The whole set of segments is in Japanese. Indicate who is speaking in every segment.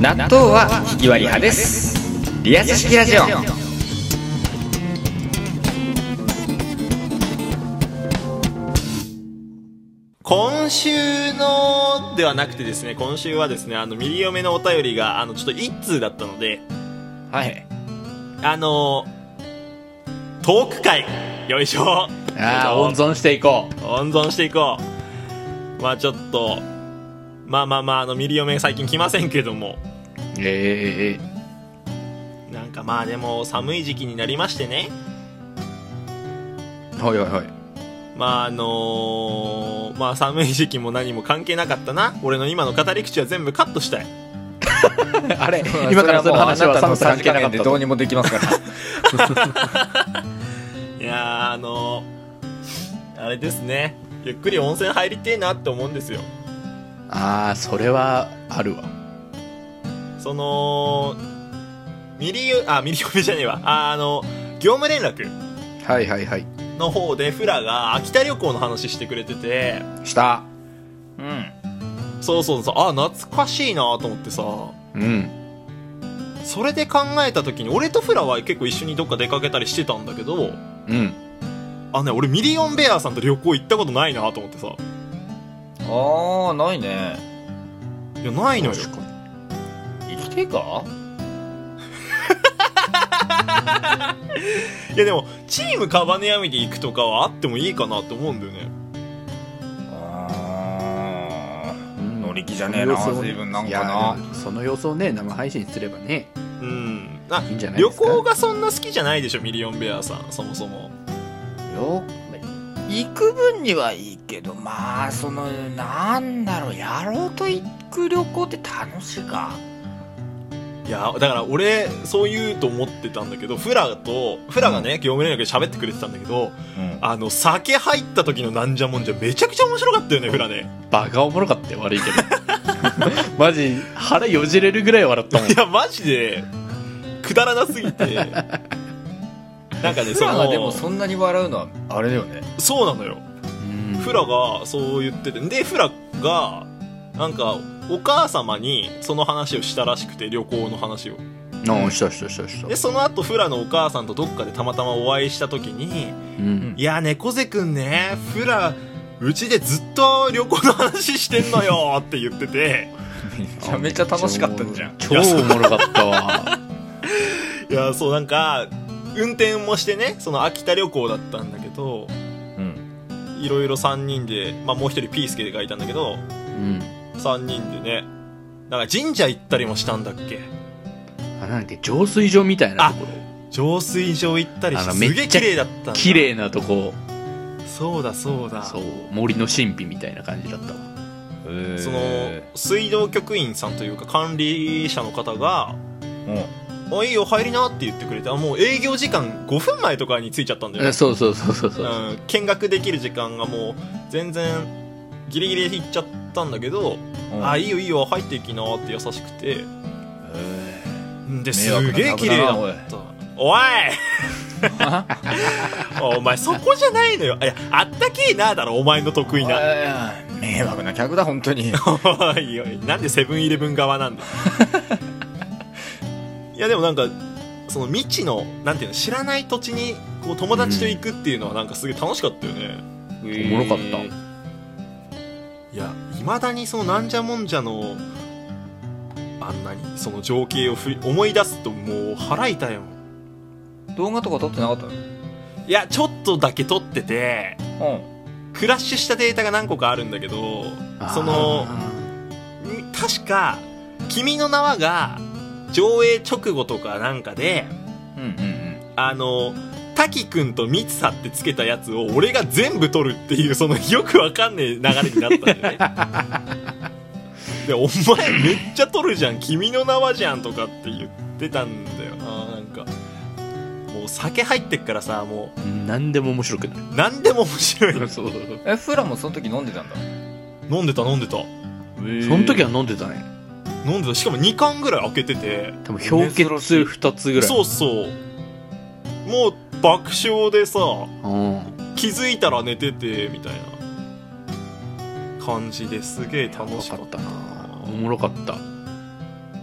Speaker 1: 納豆はひき割り派ですリアス式ラジオ
Speaker 2: 今週のではなくてですね今週はですねあのミリオメのお便りがあのちょっと一通だったので
Speaker 1: はい
Speaker 2: あのトーク会よいしょ
Speaker 1: ああ
Speaker 2: よい
Speaker 1: 温
Speaker 2: しょ
Speaker 1: 存 していこ
Speaker 2: 温存していこうまあちょっとまあまあまああのミリオメ最近来ませんけど
Speaker 1: う
Speaker 2: も
Speaker 1: ええ
Speaker 2: なんかまあでも寒い時期になりましてね
Speaker 1: はいはいはい
Speaker 2: まああのまあ寒い時期も何も関係なかったな俺の今の語り口は全部カットしたい
Speaker 1: あれ 今からその話は寒さ関係なかった
Speaker 3: ど
Speaker 1: と
Speaker 3: うにもできますから。
Speaker 2: いやーあのー、あれですねゆっくり温泉入りてえなって思うんですよ
Speaker 1: ああそれはあるわ
Speaker 2: そのミリオあミリオメじゃねえわあーあの業務連絡
Speaker 3: はいはいはい。
Speaker 2: の方でフラが秋田旅行の話してくれてて
Speaker 3: した。
Speaker 1: うん
Speaker 2: そうそうそうあー懐かしいなと思ってさ
Speaker 3: うん。
Speaker 2: それで考えた時に俺とフラは結構一緒にどっか出かけたりしてたんだけど
Speaker 3: うん。
Speaker 2: あね俺ミリオンベアさんと旅行行ったことないなと思ってさ
Speaker 3: ああ、ないね。
Speaker 2: いやないのよ
Speaker 1: 生きてか
Speaker 2: いやでもチームカバネアミで行くとかはあってもいいかなって思うんだよね
Speaker 3: ああ、乗り気じゃねえ
Speaker 1: 様
Speaker 3: な、
Speaker 1: 子を
Speaker 3: 随分なん
Speaker 1: い
Speaker 3: か
Speaker 1: や
Speaker 3: な。
Speaker 1: その様子をね生配信すればね
Speaker 2: うんあ
Speaker 1: いいんじゃないで
Speaker 2: 旅
Speaker 1: すか
Speaker 2: 行がそんな好きじゃないでしょミリオンベアさんそもそも
Speaker 3: よ
Speaker 4: 行く分にはいいけどまあそのなんだろうやろうと行く旅行って楽しいか
Speaker 2: いやだから俺そう言うと思ってたんだけどフラとフラがね、業務連絡で喋ってくれてたんだけど
Speaker 3: うん。
Speaker 2: あの酒入った時のなんじゃもんじゃめちゃくちゃ面白かったよねフラね
Speaker 1: バカおもろかったよ悪いけど マジ腹よじれるぐらい笑ったもん
Speaker 2: いやマジでくだらなす ぎてなんかね
Speaker 3: フ
Speaker 2: そ
Speaker 3: ラが
Speaker 2: の
Speaker 3: でもそんなに笑うのは、あれだよね。
Speaker 2: そうなのよフラがそう言っててでフラがなんかお母様にその話をしたらしくて旅行の話を
Speaker 3: うん、したしたしたし
Speaker 2: でその後フラのお母さんとどっかでたまたまお会いした時に
Speaker 1: うん
Speaker 2: 「いや猫背くんねフラうちでずっと旅行の話してんのよ」って言ってて
Speaker 3: めちゃめちゃ楽しかったんじゃん。
Speaker 1: 超おもろかったわ
Speaker 2: いやそうなんか運転もしてねその秋田旅行だったんだけど
Speaker 3: うん。
Speaker 2: いろいろ3人で、まあ、もう一人ピースケがいたんだけど
Speaker 1: うん
Speaker 2: 3人でねなんか神社行ったりもしたんだっけ
Speaker 1: あなんだっけ浄水場みたいなとこ
Speaker 2: 浄水場行ったりし
Speaker 1: あ
Speaker 2: て
Speaker 1: のめ
Speaker 2: す
Speaker 1: っち
Speaker 2: げ
Speaker 1: ゃ
Speaker 2: え綺麗だったんだ
Speaker 1: ろ綺麗なとこ
Speaker 2: そうだそうだ
Speaker 1: そう森の神秘みたいな感じだったわ
Speaker 2: その水道局員さんというか管理者の方が
Speaker 3: うん。
Speaker 2: 「あいいよ入りな」って言ってくれてあもう営業時間5分前とかに着いちゃったんだよ
Speaker 1: え
Speaker 2: ね、、
Speaker 1: そうそうそうそうそううん
Speaker 2: 見学できる時間がもう全然ギリギリで行っちゃったんだけど「
Speaker 3: うん
Speaker 2: あいいよいいよ入っていきな」って優しくてんです
Speaker 3: 迷惑な
Speaker 2: げえ綺麗だ
Speaker 3: 客だなおい
Speaker 2: ったおいお前そこじゃないのよいやあったけえなだろお前の得意な
Speaker 3: あー迷惑な客だ、本当 に。
Speaker 2: おいおいなんでセブンイレブン側なんだ いやでもなんかその未知のなんていうの知らない土地にこう友達と行くっていうのはなんかすげえ楽しかったよね、
Speaker 1: おもろかった
Speaker 2: いやいまだにそのなんじゃもんじゃのあんなにその情景をふり思い出すともう腹痛いもん
Speaker 3: 動画とか撮ってなかった
Speaker 2: いやちょっとだけ撮ってて
Speaker 3: の
Speaker 2: クラッシュしたデータが何個かあるんだけど
Speaker 1: あー
Speaker 2: そのん確か「君の名は」が上映直後とかなんかで
Speaker 3: うん。うんうん
Speaker 2: あの滝くんとミツハってつけたやつを俺が全部取るっていうその よくわかんねえ流れになったんだよねで「お前めっちゃ取るじゃん君の名はじゃん」とかって言ってたんだよななんかもう酒入ってっからさも
Speaker 1: 何でも面白くな
Speaker 2: う何でも面白い
Speaker 1: る そう
Speaker 3: うん。え、フラもその時飲んでたんだ。
Speaker 2: 飲んでた飲んでた
Speaker 1: その時
Speaker 3: は
Speaker 1: は飲んでたね
Speaker 2: 飲んでたしかも2缶ぐらい開けてて
Speaker 1: 多分氷結
Speaker 3: 珍しい
Speaker 1: 2つぐらい
Speaker 2: そうそうもう爆笑でさ
Speaker 1: うん
Speaker 2: 気づいたら寝ててみたいな感じですげえ楽し
Speaker 1: 分
Speaker 2: か
Speaker 1: か
Speaker 2: っ
Speaker 1: ったたなおもろかった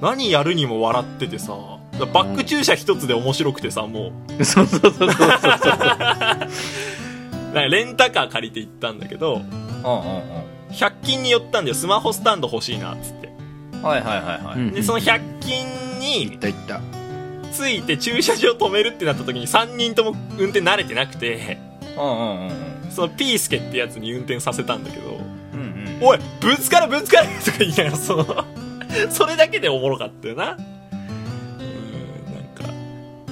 Speaker 2: 何やるにも笑っててさだからバック駐車一つで面白くてさも
Speaker 1: そうそうそうそうそう
Speaker 2: うなんかレンタカー借りて行ったんだけど
Speaker 3: うんうん
Speaker 2: 100均に寄ったんだよスマホスタンド欲しいなっつって
Speaker 3: うんはいはいはいはい、
Speaker 1: うん
Speaker 2: でその100均に
Speaker 3: だいった
Speaker 2: ついて駐車場止めるってなった時に3人とも運転慣れてなくて
Speaker 3: うんうんうん
Speaker 2: そのピースケってやつに運転させたんだけど
Speaker 3: うんうんうん
Speaker 2: 「おいぶつかるぶつかる!」とか言いながらそのそれだけでおもろかったよなうんなんか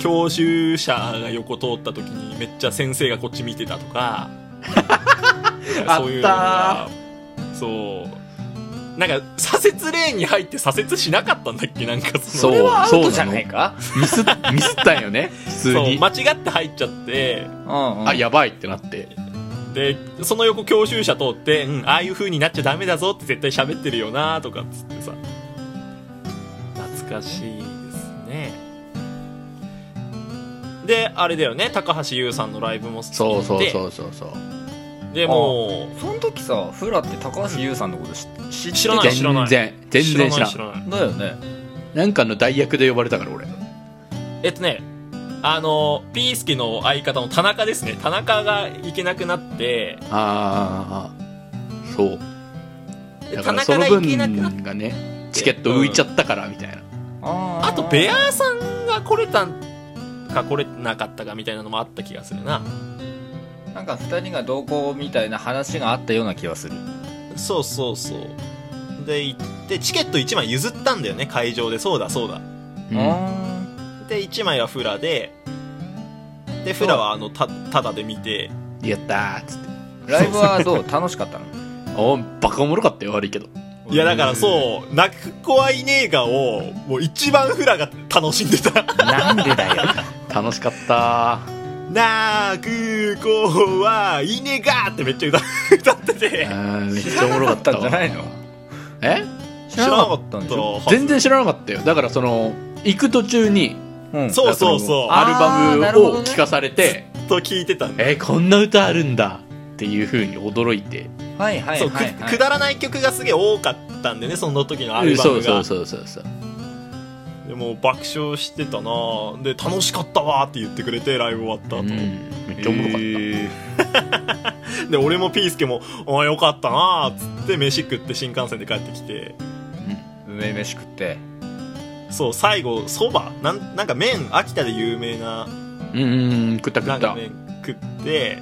Speaker 2: 教習車が横通った時にめっちゃ先生がこっち見てたとかそういうのがそうなんか左折レーンに入って左折しなかったんだっけなんかそ
Speaker 1: そう
Speaker 2: の
Speaker 4: れはアウ
Speaker 1: そうな
Speaker 4: ト
Speaker 1: の
Speaker 4: じゃないか
Speaker 1: ミスミスったんよね普通
Speaker 2: そう
Speaker 1: に、
Speaker 2: 間違って入っちゃって
Speaker 3: うんうん
Speaker 1: あやばいってなって
Speaker 2: でその横教習車通って、うん、ああいう風になっちゃダメだぞって絶対喋ってるよなとかっつってさ懐かしいですねであれだよね高橋優さんのライブも
Speaker 1: そうそうそううそうそう
Speaker 2: でも
Speaker 3: その時さフラって高橋優さんのこと知知って
Speaker 2: 知らな
Speaker 1: 全然
Speaker 2: い
Speaker 1: 全然知らん
Speaker 2: 知らない
Speaker 3: だよね
Speaker 1: なんかの代役で呼ばれたから俺
Speaker 2: えっとねあのピースケの相方の田中ですね田中が行けなくなって
Speaker 1: ああそう
Speaker 2: で
Speaker 1: だ
Speaker 2: 田
Speaker 1: からそ
Speaker 2: 中
Speaker 1: の
Speaker 2: が行けなくなっ
Speaker 1: 分がねチケット浮いちゃったからみたいな、
Speaker 3: あー
Speaker 2: あとベアーさんが来れたんか来れなかったかみたいなのもあった気がするな
Speaker 3: なんか2人が同行みたいな話があったような気がする
Speaker 2: そうそうそうで行ってチケット1枚譲ったんだよね会場でそうだそうだ
Speaker 1: うん
Speaker 3: あ
Speaker 2: で1枚はフラででフラはあのたただで見て
Speaker 1: やったーっつって
Speaker 3: ーライブはどう楽しかったの
Speaker 1: おバカおもろかったよ悪いけど
Speaker 2: いやだからそう泣く子はいねえがをもう一番フラが楽しんでた
Speaker 3: なんでだよ
Speaker 1: 楽しかった
Speaker 2: 泣く子はいねえがってめっちゃ歌歌ってて
Speaker 1: ーうんめっちゃおもろかったわ
Speaker 3: 知らなかったんじゃないの
Speaker 1: え
Speaker 3: 知らなかったんでしょ、
Speaker 1: 全然知らなかったよだからその行く途中に
Speaker 3: うん、
Speaker 2: そうそうそう
Speaker 1: アル
Speaker 3: あーな
Speaker 1: バ
Speaker 3: る
Speaker 1: ム
Speaker 3: ほど
Speaker 1: を
Speaker 3: ね
Speaker 1: 聞かされて、
Speaker 2: と聞いてたんだ
Speaker 1: えこんな歌あるんだっていう風に驚いて、
Speaker 3: はいはい
Speaker 2: そう
Speaker 3: はい、は
Speaker 2: くく
Speaker 3: い、
Speaker 2: だらない曲がすげえ多かったんでねその時のアルバ
Speaker 1: そう
Speaker 2: ムが
Speaker 1: そうそうそうそう
Speaker 2: でもう爆笑してたなぁで楽しかったわーって言ってくれてライブ終わった後、
Speaker 1: うんめっちゃおもろかった、
Speaker 2: で俺もピース ケも「ああよかったな」っつって飯食って新幹線で帰ってきて
Speaker 3: 梅飯食って
Speaker 2: そう最後そばなんなんか麺秋田で有名な
Speaker 1: うんうんうん食った食
Speaker 2: な
Speaker 1: っ
Speaker 2: んか
Speaker 1: た
Speaker 2: 麺食って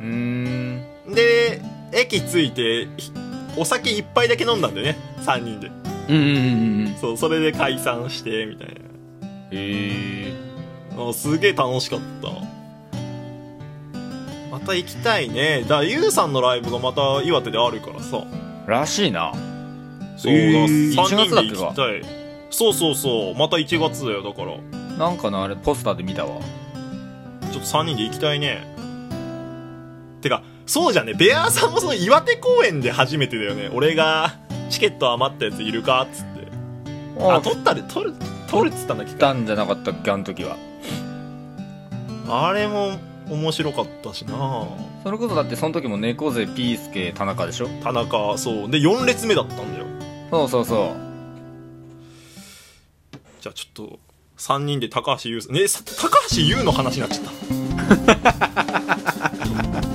Speaker 3: うーん
Speaker 2: で駅着いてひお酒一杯だけ飲んだんだよね3人で
Speaker 1: うんうんうんうん
Speaker 2: そうそれで解散してみたい
Speaker 3: へえ
Speaker 2: なあすげえ楽しかったまた行きたいねだからゆうさんのライブがまた岩手であるからさ
Speaker 3: らしいな
Speaker 2: そう、
Speaker 1: えー
Speaker 2: だから3
Speaker 3: 1月だっ
Speaker 2: 人
Speaker 3: け
Speaker 2: で
Speaker 3: か
Speaker 2: 行きたいそうそうそうまた1月だよだから
Speaker 3: なんかのあれポスターで見たわ
Speaker 2: ちょっと3人で行きたいねてかそうじゃねベアーさんもその岩手公演で初めてだよね俺がチケット余ったやついるかっつってあ
Speaker 3: あ取っ
Speaker 2: 取ったで取る取るっつったんだっけか
Speaker 3: たんじゃなかったっけあの時は
Speaker 2: あれも面白かったしな
Speaker 3: それこそだってその時も猫背ピースケ田中でしょ
Speaker 2: 田中そうで4列目だったんだよ
Speaker 3: そうそうそう
Speaker 2: じゃあちょっと3人で高橋優さんねさ高橋優の話になっちゃった